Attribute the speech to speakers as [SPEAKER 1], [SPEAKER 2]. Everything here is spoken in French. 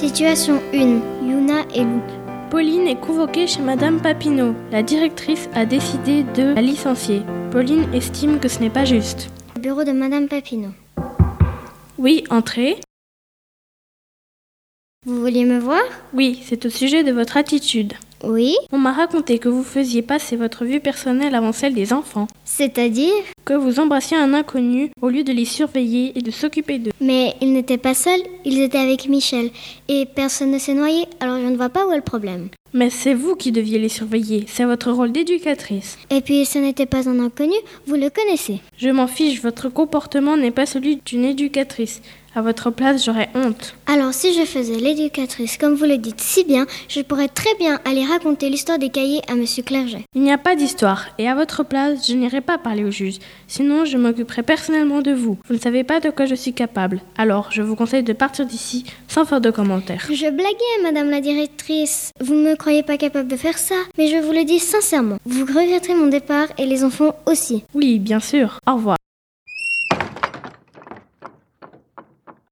[SPEAKER 1] Situation 1. Yuna et Loup.
[SPEAKER 2] Pauline est convoquée chez Madame Papineau. La directrice a décidé de la licencier. Pauline estime que ce n'est pas juste.
[SPEAKER 1] Le bureau de Madame Papineau.
[SPEAKER 2] Oui, entrez.
[SPEAKER 1] Vous vouliez me voir
[SPEAKER 2] Oui, c'est au sujet de votre attitude.
[SPEAKER 1] Oui.
[SPEAKER 2] On m'a raconté que vous faisiez passer votre vue personnelle avant celle des enfants,
[SPEAKER 1] C'est-à-dire
[SPEAKER 2] que vous embrassiez un inconnu au lieu de les surveiller et de s'occuper d'eux.
[SPEAKER 1] Mais ils n'étaient pas seuls, ils étaient avec Michel. Et personne ne s'est noyé, alors je ne vois pas où est le problème.
[SPEAKER 2] Mais c'est vous qui deviez les surveiller, c'est votre rôle d'éducatrice.
[SPEAKER 1] Et puis ce n'était pas un inconnu, vous le connaissez.
[SPEAKER 2] Je m'en fiche, votre comportement n'est pas celui d'une éducatrice. À votre place, j'aurais honte.
[SPEAKER 1] Alors si je faisais l'éducatrice comme vous le dites si bien, je pourrais très bien aller raconter l'histoire des cahiers à Monsieur Clerget.
[SPEAKER 2] Il n'y a pas d'histoire, et à votre place, je n'irai pas parler au juge, sinon je m'occuperai personnellement de vous. Vous ne savez pas de quoi je suis capable, alors je vous conseille de partir d'ici sans faire de commentaires.
[SPEAKER 1] Je blaguais, madame la directrice. Vous ne me croyez pas capable de faire ça, mais je vous le dis sincèrement. Vous regretterez mon départ et les enfants aussi.
[SPEAKER 2] Oui, bien sûr, au revoir.